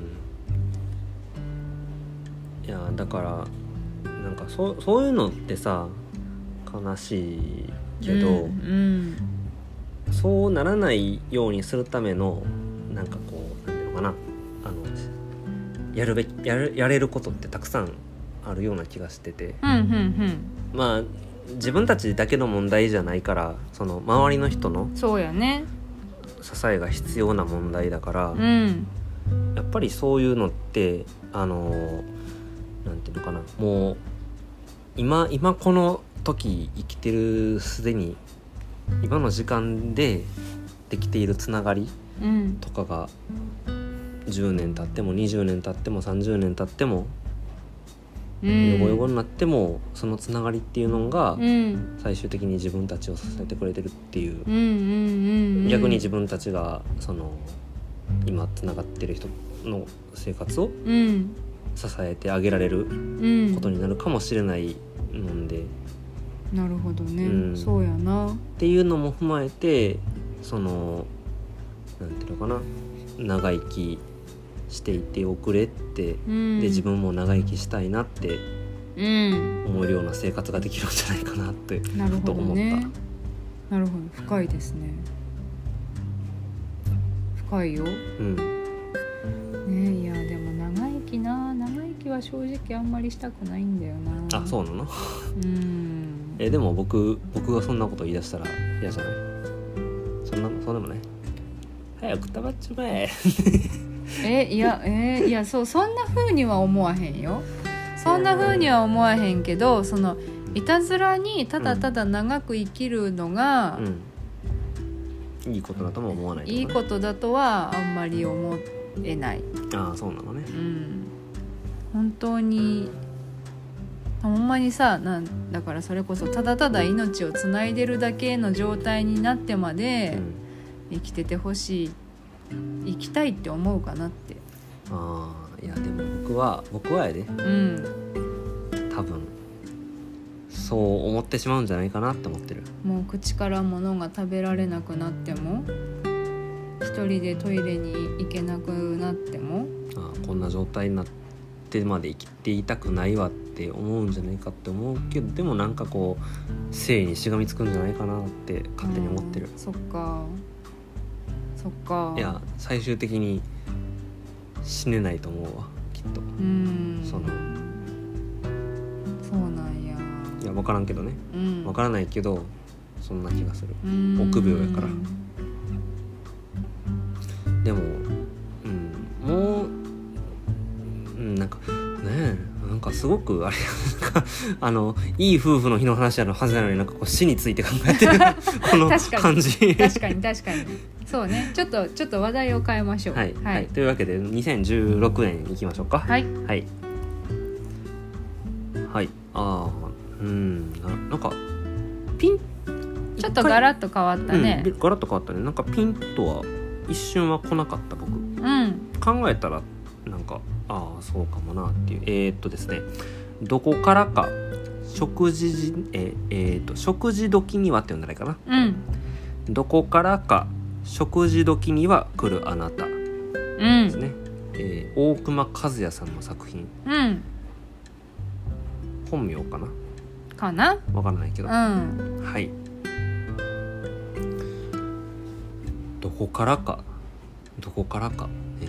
Speaker 1: いやだからなんかそうそういうのってさ悲しいけど、
Speaker 2: うん
Speaker 1: そうならないようにするためのなんかこうなんていうのかなあのやるべきやるやれることってたくさんあるような気がしてて
Speaker 2: うんうんうん
Speaker 1: まあ自分たちだけの問題じゃないからその周りの人の
Speaker 2: うんそうやね
Speaker 1: 支えが必要な問題だから、
Speaker 2: うん
Speaker 1: やっぱりそういうのってあのーなんていうのかなもう今今この時生きてるすでに今の時間でできているつながり
Speaker 2: うん
Speaker 1: とかが10年経っても20年経っても30年経っても
Speaker 2: う
Speaker 1: ヨゴヨ
Speaker 2: ん
Speaker 1: ゴになってもそのつながりっていうのが
Speaker 2: うん
Speaker 1: 最終的に自分たちを支えてくれてるっていう
Speaker 2: うんうんうん
Speaker 1: 逆に自
Speaker 2: 分
Speaker 1: 分たちがその今つながってる人の生活を
Speaker 2: うん
Speaker 1: 支えてあげられる
Speaker 2: うん
Speaker 1: ことになるかもしれないので、っ
Speaker 2: なるほどね、
Speaker 1: うん
Speaker 2: そうやな
Speaker 1: ていうのも踏まえてそのなんていうのかな長生きしていておくれって、
Speaker 2: うん
Speaker 1: で自分も長生きしたいなって
Speaker 2: うん
Speaker 1: 思えるような生活ができるんじゃないかなって
Speaker 2: なる
Speaker 1: と
Speaker 2: ほど
Speaker 1: 思っ
Speaker 2: ねなるほど深いですね深いよ
Speaker 1: た、うん、
Speaker 2: ねいやでも長生きな長生きは正直あんまりしたくないんだよな
Speaker 1: あそうなの
Speaker 2: うん
Speaker 1: えでも僕僕がそんなこと言い出したら嫌じゃないそんなそうでもない早く食べちまえ
Speaker 2: えいやえいやそうそんな風には思わへんよそんな風には思わへんけどそのいたずらにただただ長く生きるのが
Speaker 1: うんいいことだとも思わない
Speaker 2: いいことだとはあんまり思えない、
Speaker 1: とああそうなのね
Speaker 2: うん、本当にほんまにさなんだからそれこそただただ命をつないでるだけの状態になってま
Speaker 1: う
Speaker 2: で
Speaker 1: ん
Speaker 2: 生きててほしい生きたいって思うかなって
Speaker 1: ああいやでも僕は僕はやで
Speaker 2: うん
Speaker 1: 多分そう思ってしまうんじゃないかなって思ってる
Speaker 2: もう口から物が食べられなくなっても一人でトイレに行けなくなっても
Speaker 1: あーこんな状態になってまで生きていたくないわって思うんじゃないかって思うけどでもなんかこう性にしがみつくんじゃないかなって勝手に思ってる
Speaker 2: うん、そっかそっか
Speaker 1: いや最終的に死ねないと思うわきっっと
Speaker 2: うん
Speaker 1: その
Speaker 2: そうなんや
Speaker 1: いや分からんけどね
Speaker 2: うん
Speaker 1: 分からないけどそんな気がする
Speaker 2: うん
Speaker 1: 臆病やからでも、うん、もう、うん、なんかねえなんかすごくあれなんかあのいい夫婦の日の話なのはずなのになんかこう死について考えて るこの
Speaker 2: 確かに
Speaker 1: 感じ
Speaker 2: 確かに確かにそうねちょっとちょっと話題を変えましょう
Speaker 1: はい、はい
Speaker 2: はい
Speaker 1: というわけで2016年いきましょうか
Speaker 2: はい
Speaker 1: はい、はいああうんななんかピン
Speaker 2: ちょっと
Speaker 1: 一回
Speaker 2: ガラッと変わったね
Speaker 1: うん、ガラッと変わったねなんかピンとは一瞬は来なかった僕
Speaker 2: うん
Speaker 1: 考えたらなんかああそうかもなっていうえー、っとですねどこからか食事時えーえーっと食事時にはって呼んだらいいかな
Speaker 2: うん
Speaker 1: どこからか食事時には来るあなた
Speaker 2: う
Speaker 1: です
Speaker 2: ん
Speaker 1: ね、えー大隈和也さんの作品
Speaker 2: うん
Speaker 1: 本名かな
Speaker 2: かな
Speaker 1: わからないけど
Speaker 2: うん
Speaker 1: はい。どこからか。どこからか。ね、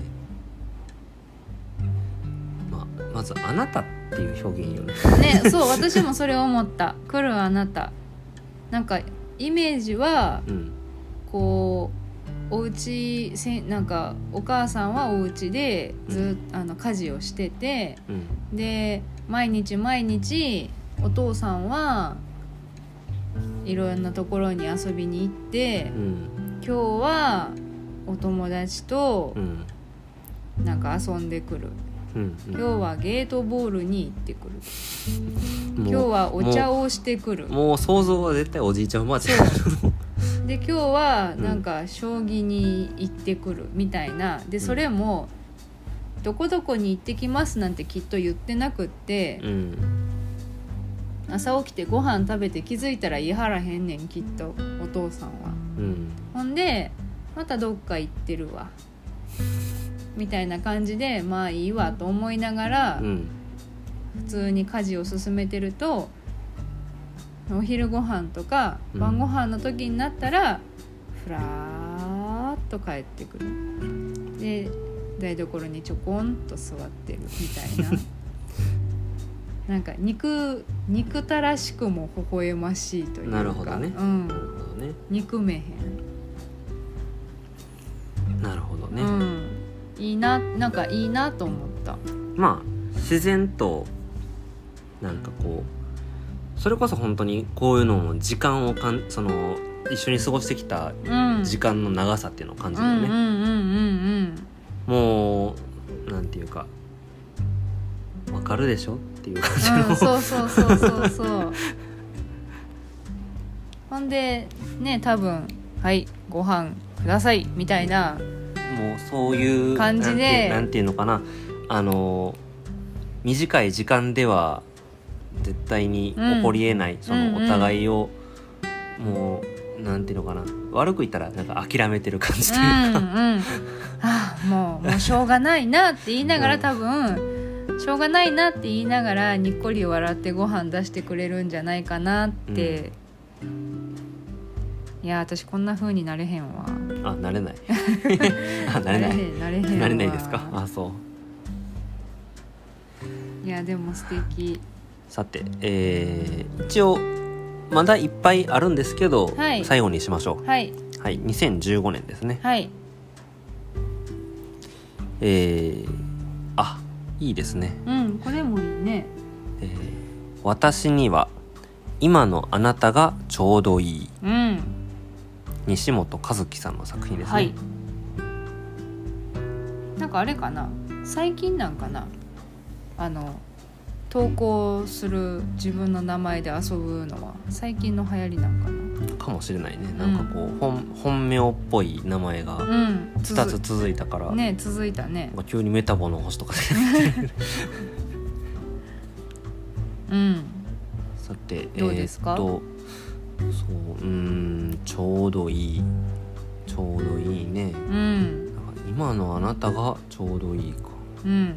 Speaker 1: まあ、まずあなたっていう表現よ ね。
Speaker 2: ねそう私もそれ思った「来るあなた」なんかイメージは
Speaker 1: うん。
Speaker 2: こうお家せんなんかお母さんはお家でずっとあの家事をしてて
Speaker 1: うん。
Speaker 2: で毎日毎日お父さんはいろんなところに遊びに行って
Speaker 1: うん。
Speaker 2: 今日はお友達と
Speaker 1: うん。
Speaker 2: なんか遊んでくる
Speaker 1: うん。
Speaker 2: 今日はゲートボールに行ってくる
Speaker 1: うん
Speaker 2: 今日
Speaker 1: も
Speaker 2: はお茶をしてくる
Speaker 1: う、もう想像は絶対おじいちゃんおばあちゃん。
Speaker 2: で今日はなんか将棋に行ってくるみたいなでそれも「どこどこに行ってきます」なんてきっと言ってなくって
Speaker 1: うん。
Speaker 2: 朝起きてご飯食べて気づいたら言いはらへんねんきっとお父さんは。
Speaker 1: うん。
Speaker 2: ほんでまたどっか行ってるわみたいな感じでまあいいわと思いながら
Speaker 1: うん。
Speaker 2: 普通に家事を進めてるとお昼ご飯とか
Speaker 1: うん
Speaker 2: 晩ご飯の時になったらふらーっと帰ってくるで台所にちょこんと座ってるみ たいななんか肉憎たらしくも微笑ましいというか
Speaker 1: なるほどね
Speaker 2: うん
Speaker 1: なる、ほどね。
Speaker 2: 憎めへん
Speaker 1: なるほどね。
Speaker 2: うん、いいななんかいいなと思った
Speaker 1: まあ自然となんかこうそれこそ本当にこういうのも時間をかんその一緒に過ごしてきた
Speaker 2: うん
Speaker 1: 時間の長さっていうのを感じ
Speaker 2: う
Speaker 1: るよ
Speaker 2: んうん
Speaker 1: ね、
Speaker 2: うんうん
Speaker 1: もうなんていうかわかるでしょっていう感じ
Speaker 2: うん、
Speaker 1: の、
Speaker 2: うん、そうそうそうそうそうほんでね多分「はいご飯ください」みた いな
Speaker 1: もうそういう
Speaker 2: 感じ
Speaker 1: なんてい
Speaker 2: で
Speaker 1: うなんていうのかなあの短い時間では絶対に起こりえない、そ
Speaker 2: うん
Speaker 1: の
Speaker 2: うん
Speaker 1: お互いを、もうなんていうのかな悪く言ったらなんか諦めてる感じというか、
Speaker 2: うんうんああもうもうしょうがないなって言いながら多 分しょうがないなって言いながらにっこり笑ってご飯出してくれるんじゃないかなって、いや私こんな風になれへんわ
Speaker 1: あ、なれない。 あ、なれな
Speaker 2: へ
Speaker 1: い。
Speaker 2: んなれへんわ
Speaker 1: なれないですか。あ、そう。
Speaker 2: いやでも素敵
Speaker 1: さて、えー一応。まだいっぱいあるんですけど、
Speaker 2: はい
Speaker 1: 最後にしましょ。
Speaker 2: はいう
Speaker 1: はい、2015年ですね。
Speaker 2: はい
Speaker 1: えーあ、いいですね。
Speaker 2: うんこれもいいね
Speaker 1: えー私には。今のあなたがちょうどいい
Speaker 2: うん
Speaker 1: 西本和樹さんの作品ですね、
Speaker 2: はいなんかあれかな最近なんかなあの投稿する自分の名前で遊ぶのは最近の流行りなんかな
Speaker 1: かもしれないねなんかこう、本本名っぽい名前が
Speaker 2: うん
Speaker 1: 2つ続いたから、
Speaker 2: ね続いたね
Speaker 1: なんか急にメタボの星とかで
Speaker 2: うん
Speaker 1: さて
Speaker 2: どうですか
Speaker 1: えーっとそううーんちょうどいいちょうどいいね
Speaker 2: うん
Speaker 1: なんか今のあなたがちょうどいいか
Speaker 2: うん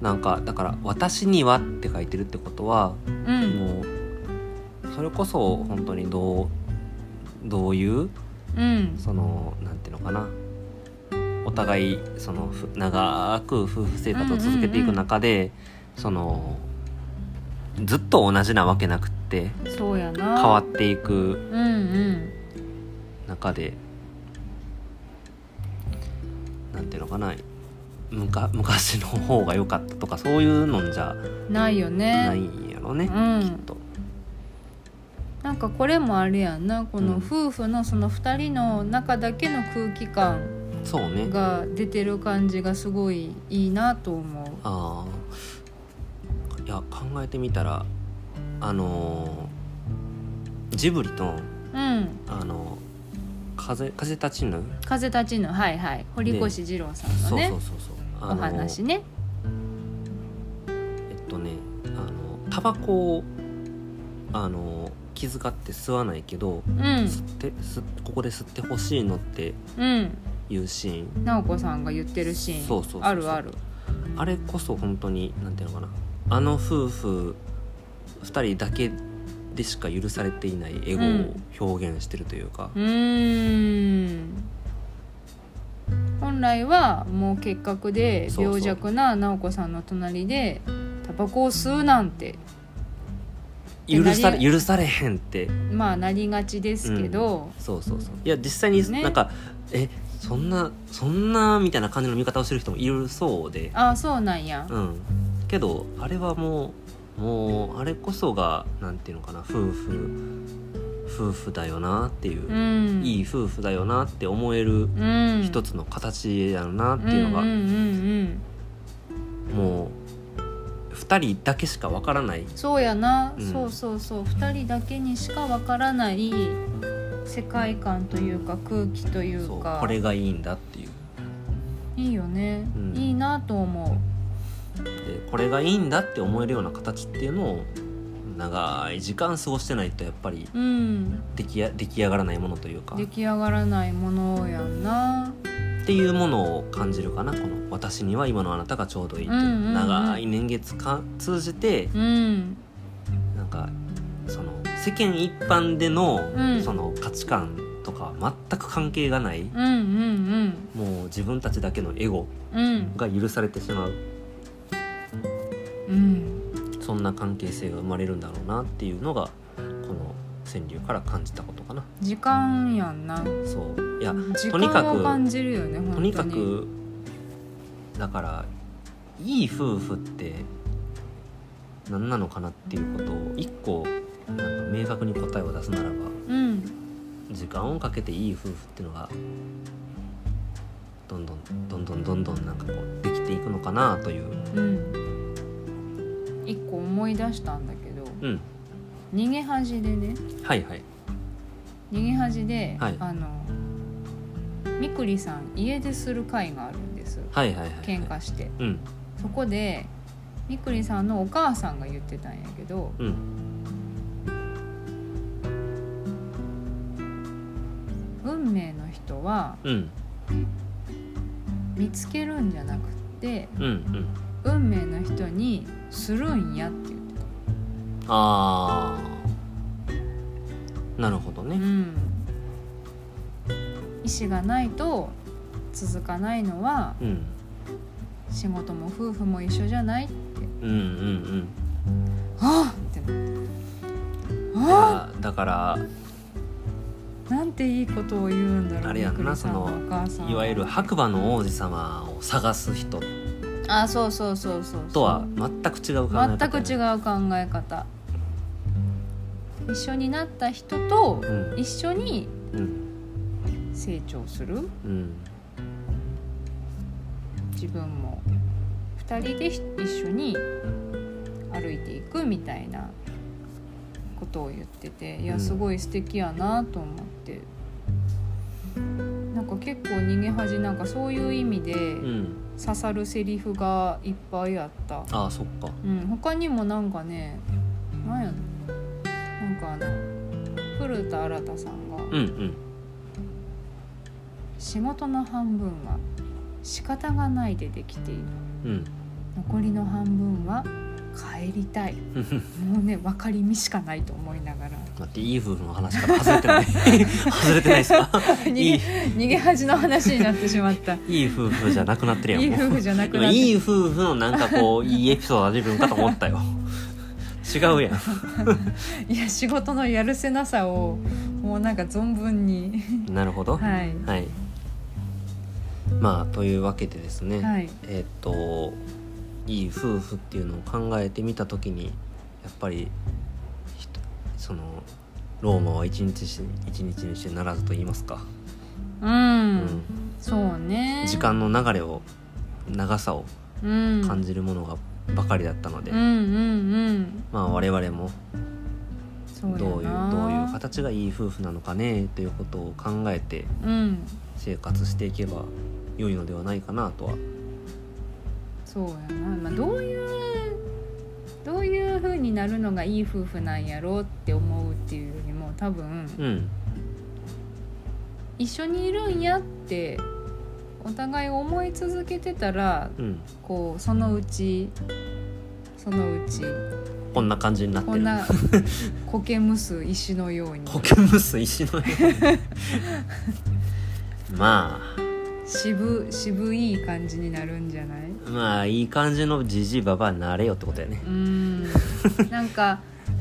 Speaker 1: なんかだから「私には」って書いてるってことは
Speaker 2: うん
Speaker 1: もうそれこそ本当にどうどういう
Speaker 2: うん
Speaker 1: そのなんていうのかなお互いそのふ長く夫婦生活を続けていく中で、そのずっと同じなわけなくって
Speaker 2: そうやな
Speaker 1: 変わっていく
Speaker 2: うんうん
Speaker 1: 中でなんていうのかなむか昔の方が良かったとかそういうのんじゃ
Speaker 2: ないよね
Speaker 1: ないんやろね、
Speaker 2: うん
Speaker 1: きっと。
Speaker 2: なんかこれもあるやんなこ
Speaker 1: う
Speaker 2: の
Speaker 1: ん
Speaker 2: 夫婦のその2人の中だけの空気感
Speaker 1: そうね
Speaker 2: が出てる感じがすごいいいなと思う
Speaker 1: あーいや考えてみたらあのージブリの、
Speaker 2: うん
Speaker 1: あのー風風立ちぬ」
Speaker 2: 「風立ちぬ」はいはい堀越二郎さん
Speaker 1: そ
Speaker 2: の
Speaker 1: う
Speaker 2: ね
Speaker 1: そうそうそうあ
Speaker 2: お
Speaker 1: のー
Speaker 2: 話ね
Speaker 1: えっとねあのタバコをあの気遣って吸わないけど
Speaker 2: うん
Speaker 1: 吸って吸っここで吸ってほしいのって
Speaker 2: うん
Speaker 1: いうシーン
Speaker 2: 直子さんが言ってるシーン
Speaker 1: そうそうそうそう
Speaker 2: あるある
Speaker 1: あれこそ本当になんていうのかなあの夫婦2人だけでしか許されていないエゴを表現してるというか、
Speaker 2: うーん本来はもう結核で
Speaker 1: そうそう
Speaker 2: 病弱な直子さんの隣でタバコを吸うなんてうん
Speaker 1: 許され許されへんって
Speaker 2: まあなりがちですけど、
Speaker 1: そうそうそういや実際に
Speaker 2: ね
Speaker 1: なんか、えそんなそんなみたいな感じの見方をしてる人もいるそうで
Speaker 2: ああそうなんや、
Speaker 1: うん、けどあれはもうもうあれこそがなんていうのかな夫婦夫婦だよなっていうう、
Speaker 2: ん、
Speaker 1: いい
Speaker 2: い、
Speaker 1: 夫婦だよなって思える
Speaker 2: うん、
Speaker 1: 一
Speaker 2: つ
Speaker 1: つの形やろなっていうのが、
Speaker 2: んうんうんうん、
Speaker 1: もう2人だけしかわからない
Speaker 2: そうやな、
Speaker 1: うん
Speaker 2: そうそうそう2人だけにしかわからない世界観というか空気という
Speaker 1: そう
Speaker 2: か
Speaker 1: これがいいんだっていう
Speaker 2: いいよね、
Speaker 1: うん
Speaker 2: いいなと思
Speaker 1: でこれがいいんだって思えるような形っていうのを長い時間過ごしてないとやっぱり
Speaker 2: ううん
Speaker 1: 出来や出来上がらないものというか
Speaker 2: 出来上がらないものやんな
Speaker 1: っていうものを感じるかなこの「私には今のあなたがちょうどいい」という
Speaker 2: うんうんうん
Speaker 1: 長い年月か通じて
Speaker 2: うん
Speaker 1: なんかその世間一般での,、
Speaker 2: うん
Speaker 1: その価値観とか全く関係がない
Speaker 2: うんうん
Speaker 1: もう自分たちだけのエゴ
Speaker 2: うんうん
Speaker 1: が許されてしまう
Speaker 2: うん
Speaker 1: そんな関係性が生まれるんだろうなっていうのがこの川柳から感じたことかな。
Speaker 2: 時間やんな
Speaker 1: そういや
Speaker 2: 時
Speaker 1: とにか
Speaker 2: 間
Speaker 1: く
Speaker 2: を感じるよね
Speaker 1: と
Speaker 2: 本
Speaker 1: に
Speaker 2: 当
Speaker 1: か
Speaker 2: に
Speaker 1: くだからいい夫婦って何なのかなっていうことを一個なんか明確に答えを出すならば
Speaker 2: うん
Speaker 1: 時間をかけていい夫婦っていうのがどんどんどんどんどんどんなんかこうできていくのかなという、
Speaker 2: うん一個思い出したんだけど
Speaker 1: うん、
Speaker 2: 逃げ恥でね
Speaker 1: はいはい
Speaker 2: 逃げ恥で、
Speaker 1: はい
Speaker 2: あのみくりさん家出する会があるんです
Speaker 1: はいはいはいはい
Speaker 2: 喧嘩して
Speaker 1: うん
Speaker 2: そこでみくりさんのお母さんが言ってたんやけど
Speaker 1: うん
Speaker 2: 運命の人は
Speaker 1: うん
Speaker 2: 見つけるんじゃなくって
Speaker 1: うんうん
Speaker 2: 運命の人にするんやって言ってた、
Speaker 1: あーなるほど
Speaker 2: う
Speaker 1: ね
Speaker 2: ん、意志がないと続かないのは
Speaker 1: うん
Speaker 2: 仕事も夫婦も一緒じゃない
Speaker 1: うんうんうん
Speaker 2: あっってなって
Speaker 1: い
Speaker 2: あ
Speaker 1: やだから
Speaker 2: あなんていいことを言うんだろう
Speaker 1: あれやんな
Speaker 2: みくりさんのお母さんはい
Speaker 1: わゆる白馬の王子様を探す人
Speaker 2: あそうそうそうそうそう
Speaker 1: とは全く違う考え方
Speaker 2: 全く違
Speaker 1: う、
Speaker 2: う考え方一緒になった人と
Speaker 1: うん
Speaker 2: 一緒に
Speaker 1: うん
Speaker 2: 成長する
Speaker 1: うん、
Speaker 2: 自分も2人で一緒に歩いていくみたいなことを言ってていうや
Speaker 1: ん
Speaker 2: すごい素敵やなと思って、なんか結構逃げ恥なんかそういう意味で
Speaker 1: うん、
Speaker 2: 刺さるセリフがいっぱいあった、
Speaker 1: ああそっか
Speaker 2: うん、他にもなんかねなんやなんかあの古田新太さんが
Speaker 1: うんうん
Speaker 2: 「仕事の半分は仕方がないでできている」
Speaker 1: うん
Speaker 2: 残りの半分は帰り たいもうね分かりみしかないと思いながら
Speaker 1: 待っていい夫婦の話から外れてない外れてないですか
Speaker 2: 逃
Speaker 1: い
Speaker 2: げ
Speaker 1: い
Speaker 2: 逃げ恥の話になってしまった
Speaker 1: いい夫婦じゃなくなってるやん
Speaker 2: いい夫婦じゃなくな
Speaker 1: 今
Speaker 2: って
Speaker 1: いい夫婦のなんかこういいエピソード出てくるかと思ったよ違うやん
Speaker 2: いや仕事のやるせなさをもうなんか存分に
Speaker 1: なるほどい、
Speaker 2: はい
Speaker 1: まあというわけでですね、
Speaker 2: はい
Speaker 1: えっといい夫婦っていうのを考えてみた時にやっぱりひとそのローマは一日し一日にしてならずと言いますか、
Speaker 2: うん、
Speaker 1: うん
Speaker 2: そうね
Speaker 1: 時間の流れを長さを感
Speaker 2: 感
Speaker 1: じるものがばかりだったので、
Speaker 2: うんうんうんうん
Speaker 1: まあ我々も
Speaker 2: そ
Speaker 1: どういう
Speaker 2: や
Speaker 1: どういう
Speaker 2: な
Speaker 1: 形がいい夫婦なのかねということを考えて
Speaker 2: うん
Speaker 1: 生活していけば良いのではないかなとは
Speaker 2: そうやな、まあ、どういうどういう風になるのがいい夫婦なんやろうって思うっていうよりも多分
Speaker 1: うん
Speaker 2: 一緒にいるんやってお互い思い続けてたら
Speaker 1: うん
Speaker 2: こうそのうちそのうち
Speaker 1: こんな感じになって
Speaker 2: こ
Speaker 1: る
Speaker 2: んな苔むす石のように
Speaker 1: コケムス石のようにま
Speaker 2: 渋渋い感じになるんじゃない
Speaker 1: あまあいい感じのじじいばばになれよってことやね
Speaker 2: うーんなんか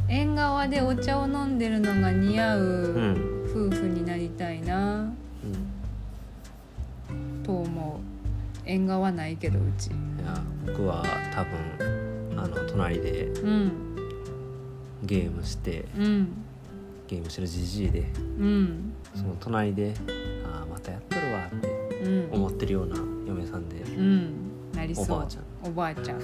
Speaker 2: 縁側でお茶を飲んでるのが似合
Speaker 1: う、
Speaker 2: うん夫婦になりたいなと思う縁側ないけどうち
Speaker 1: うん、いや僕は多分あの隣で
Speaker 2: うん
Speaker 1: ゲームして
Speaker 2: うん
Speaker 1: ゲームしてるじじいで
Speaker 2: うん
Speaker 1: その隣で「ああまたやっとるわ」って
Speaker 2: うん
Speaker 1: 思ってるような嫁さんで
Speaker 2: うんなりそう
Speaker 1: おばあちゃ
Speaker 2: おばあちゃん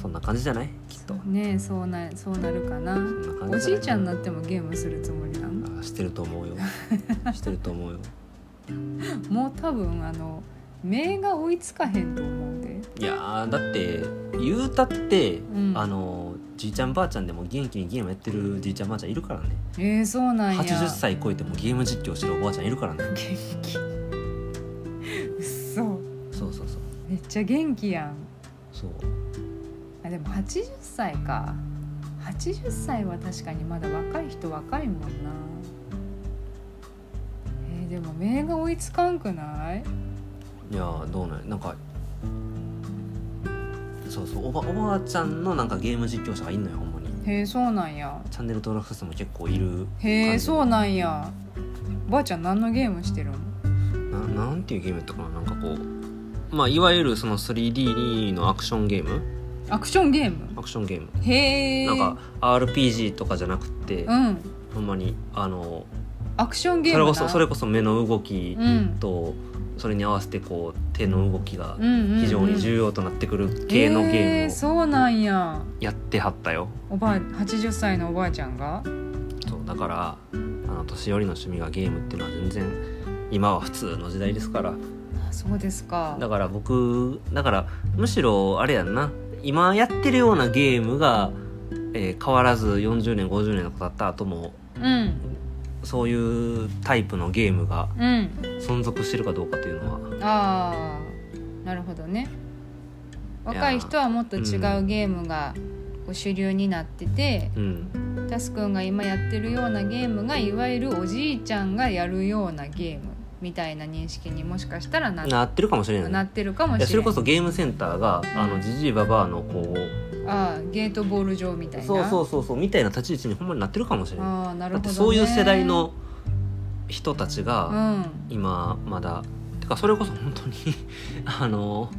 Speaker 1: そんな感じじゃないきっと
Speaker 2: ねえそうなそうなるかな
Speaker 1: そんな感じじゃない
Speaker 2: おじいちゃんになってもゲームするつもりなん
Speaker 1: あしてると思うよしてると思うよ
Speaker 2: もう多分あの目が追いつかへんと思うで
Speaker 1: いやーだって言うたって、
Speaker 2: ん
Speaker 1: あのじいちゃんばあちゃんでも元気にゲームやってるじいちゃんばあちゃんいるからね
Speaker 2: えー、そうなんや
Speaker 1: 80歳超えてもゲーム実況してるおばあちゃんいるからね
Speaker 2: 元気うっそ
Speaker 1: そうそうそう
Speaker 2: めっちゃ元気やん
Speaker 1: そう
Speaker 2: あでも80歳か80歳は確かにまだ若い人若いもんなえー、でも目が追いつかんくない
Speaker 1: いやーどうなんなんかそうそうおばおばあちゃんのなんかゲーム実況者がいんのよほんまに
Speaker 2: へえそうなんや
Speaker 1: チャンネル登録者数も結構いる
Speaker 2: へえ
Speaker 1: 感じ
Speaker 2: そうなんやおばあちゃん何のゲームしてるの
Speaker 1: ななんていうゲームやったかななんかこうまあいわゆるその 3D のアクションゲーム
Speaker 2: アクションゲーム
Speaker 1: アクションゲーム
Speaker 2: へえ
Speaker 1: なんか RPG とかじゃなくて、
Speaker 2: うん
Speaker 1: ほんまにあの
Speaker 2: アクションゲー
Speaker 1: それ
Speaker 2: ムな
Speaker 1: こそそれこそ目の動き
Speaker 2: うん
Speaker 1: と、それに合わせてこう手の動きが
Speaker 2: うんうんうん
Speaker 1: 非常に重要となってくる系のゲ
Speaker 2: へ
Speaker 1: ー
Speaker 2: え
Speaker 1: ムを
Speaker 2: そうなんや
Speaker 1: やってはったよ、
Speaker 2: おばあ80歳のおばあちゃんが
Speaker 1: そうだからあの年寄りの趣味がゲームっていうのは全然今は普通の時代ですから
Speaker 2: あそうですか
Speaker 1: だから僕だからむしろあれやんな今やってるようなゲームが、えー変わらず40年50年経った後も
Speaker 2: うん
Speaker 1: そういうタイプのゲームが
Speaker 2: うん
Speaker 1: 存続してるかどうかというのは
Speaker 2: ああなるほどね若い人はもっと違うゲームがこう主流になってて、
Speaker 1: うん
Speaker 2: タスくんが今やってるようなゲームがいわゆるおじいちゃんがやるようなゲームみたいな認識にもしかしたらな
Speaker 1: なってるかもしれない,、
Speaker 2: なってるかも
Speaker 1: い
Speaker 2: しれ
Speaker 1: や
Speaker 2: ない
Speaker 1: それこそゲームセンターがあ
Speaker 2: うん
Speaker 1: のジジイババアのこう
Speaker 2: ああゲートボール場みたいな
Speaker 1: そうそうそうそうみたいな立ち位置にほんまになってるかもしれない
Speaker 2: ああなる
Speaker 1: だっ
Speaker 2: ほど、
Speaker 1: て
Speaker 2: ね、
Speaker 1: そういう世代の人たち
Speaker 2: う
Speaker 1: が
Speaker 2: ん
Speaker 1: 今まだてかそれこそ本当に あの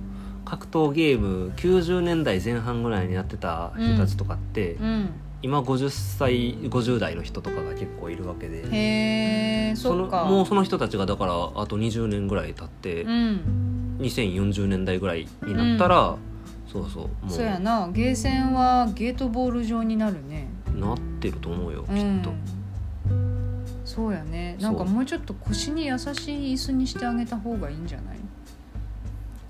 Speaker 1: 格闘ゲーム90年代前半ぐらいにやってた人たちとかって、
Speaker 2: うん
Speaker 1: 今50歳50代の人とかが結構いるわけで
Speaker 2: へえそ
Speaker 1: の
Speaker 2: っか
Speaker 1: もうその人たちがだからあと20年ぐらい経って、
Speaker 2: うん
Speaker 1: 2040年代ぐらいになったら、そうそうもう
Speaker 2: そうやなゲーセンはゲートボール場になるね
Speaker 1: なってると思うよき
Speaker 2: う
Speaker 1: っ
Speaker 2: ん
Speaker 1: と、
Speaker 2: そうやね
Speaker 1: そ
Speaker 2: な
Speaker 1: うん
Speaker 2: かもうちょっと腰に優しい椅子にしてあげた方がいいんじゃない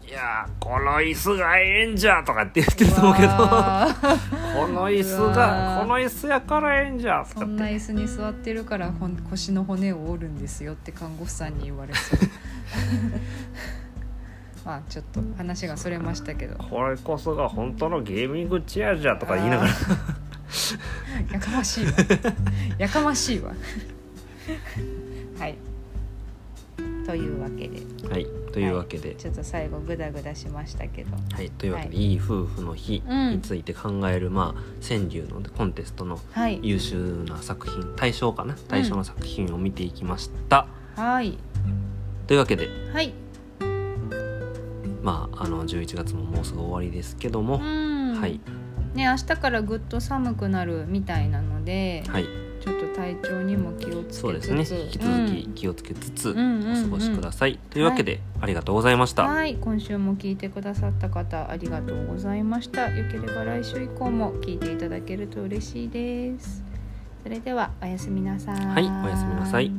Speaker 1: いやーこの椅子がええんじゃとかって言ってると思うけど
Speaker 2: うわー
Speaker 1: この椅子
Speaker 2: うわ
Speaker 1: が
Speaker 2: ー
Speaker 1: この椅子やからええんじゃと
Speaker 2: そ
Speaker 1: かっ
Speaker 2: ん
Speaker 1: て
Speaker 2: な椅子に座ってるからほん 腰の骨を折るんですよって看護師さんに言われそうまあちょっと話がそれましたけど
Speaker 1: これこそが本当のゲーミングチェアじゃとか言いながら
Speaker 2: あー やか ましいわやかましいわはいというわけで
Speaker 1: はいというわけで、
Speaker 2: ちょっと最後グダグダしましたけど
Speaker 1: はい、というわけで、、
Speaker 2: はい
Speaker 1: い夫婦の日
Speaker 2: うん
Speaker 1: について考える、まあ川柳のコンテストの
Speaker 2: はい
Speaker 1: 優秀な作品大賞かな大賞の作品を見ていきました、
Speaker 2: はい
Speaker 1: というわけで
Speaker 2: はい
Speaker 1: まああの11月ももうすぐ終わりですけども
Speaker 2: う、ん、
Speaker 1: はい
Speaker 2: ね明日からぐっと寒くなるみたいなので、
Speaker 1: はい
Speaker 2: ちょっと体調にも気をつけつつ
Speaker 1: そうですね引き続き気をつけつつ、お過ごしくだ
Speaker 2: さ
Speaker 1: さい、というわけで、ありがとうございました、
Speaker 2: はい今週も聞いてくださった方ありがとうございましたよければ来週以降も聞いていただけると嬉しいですそれではおやすみなさい
Speaker 1: はいおやすみなさい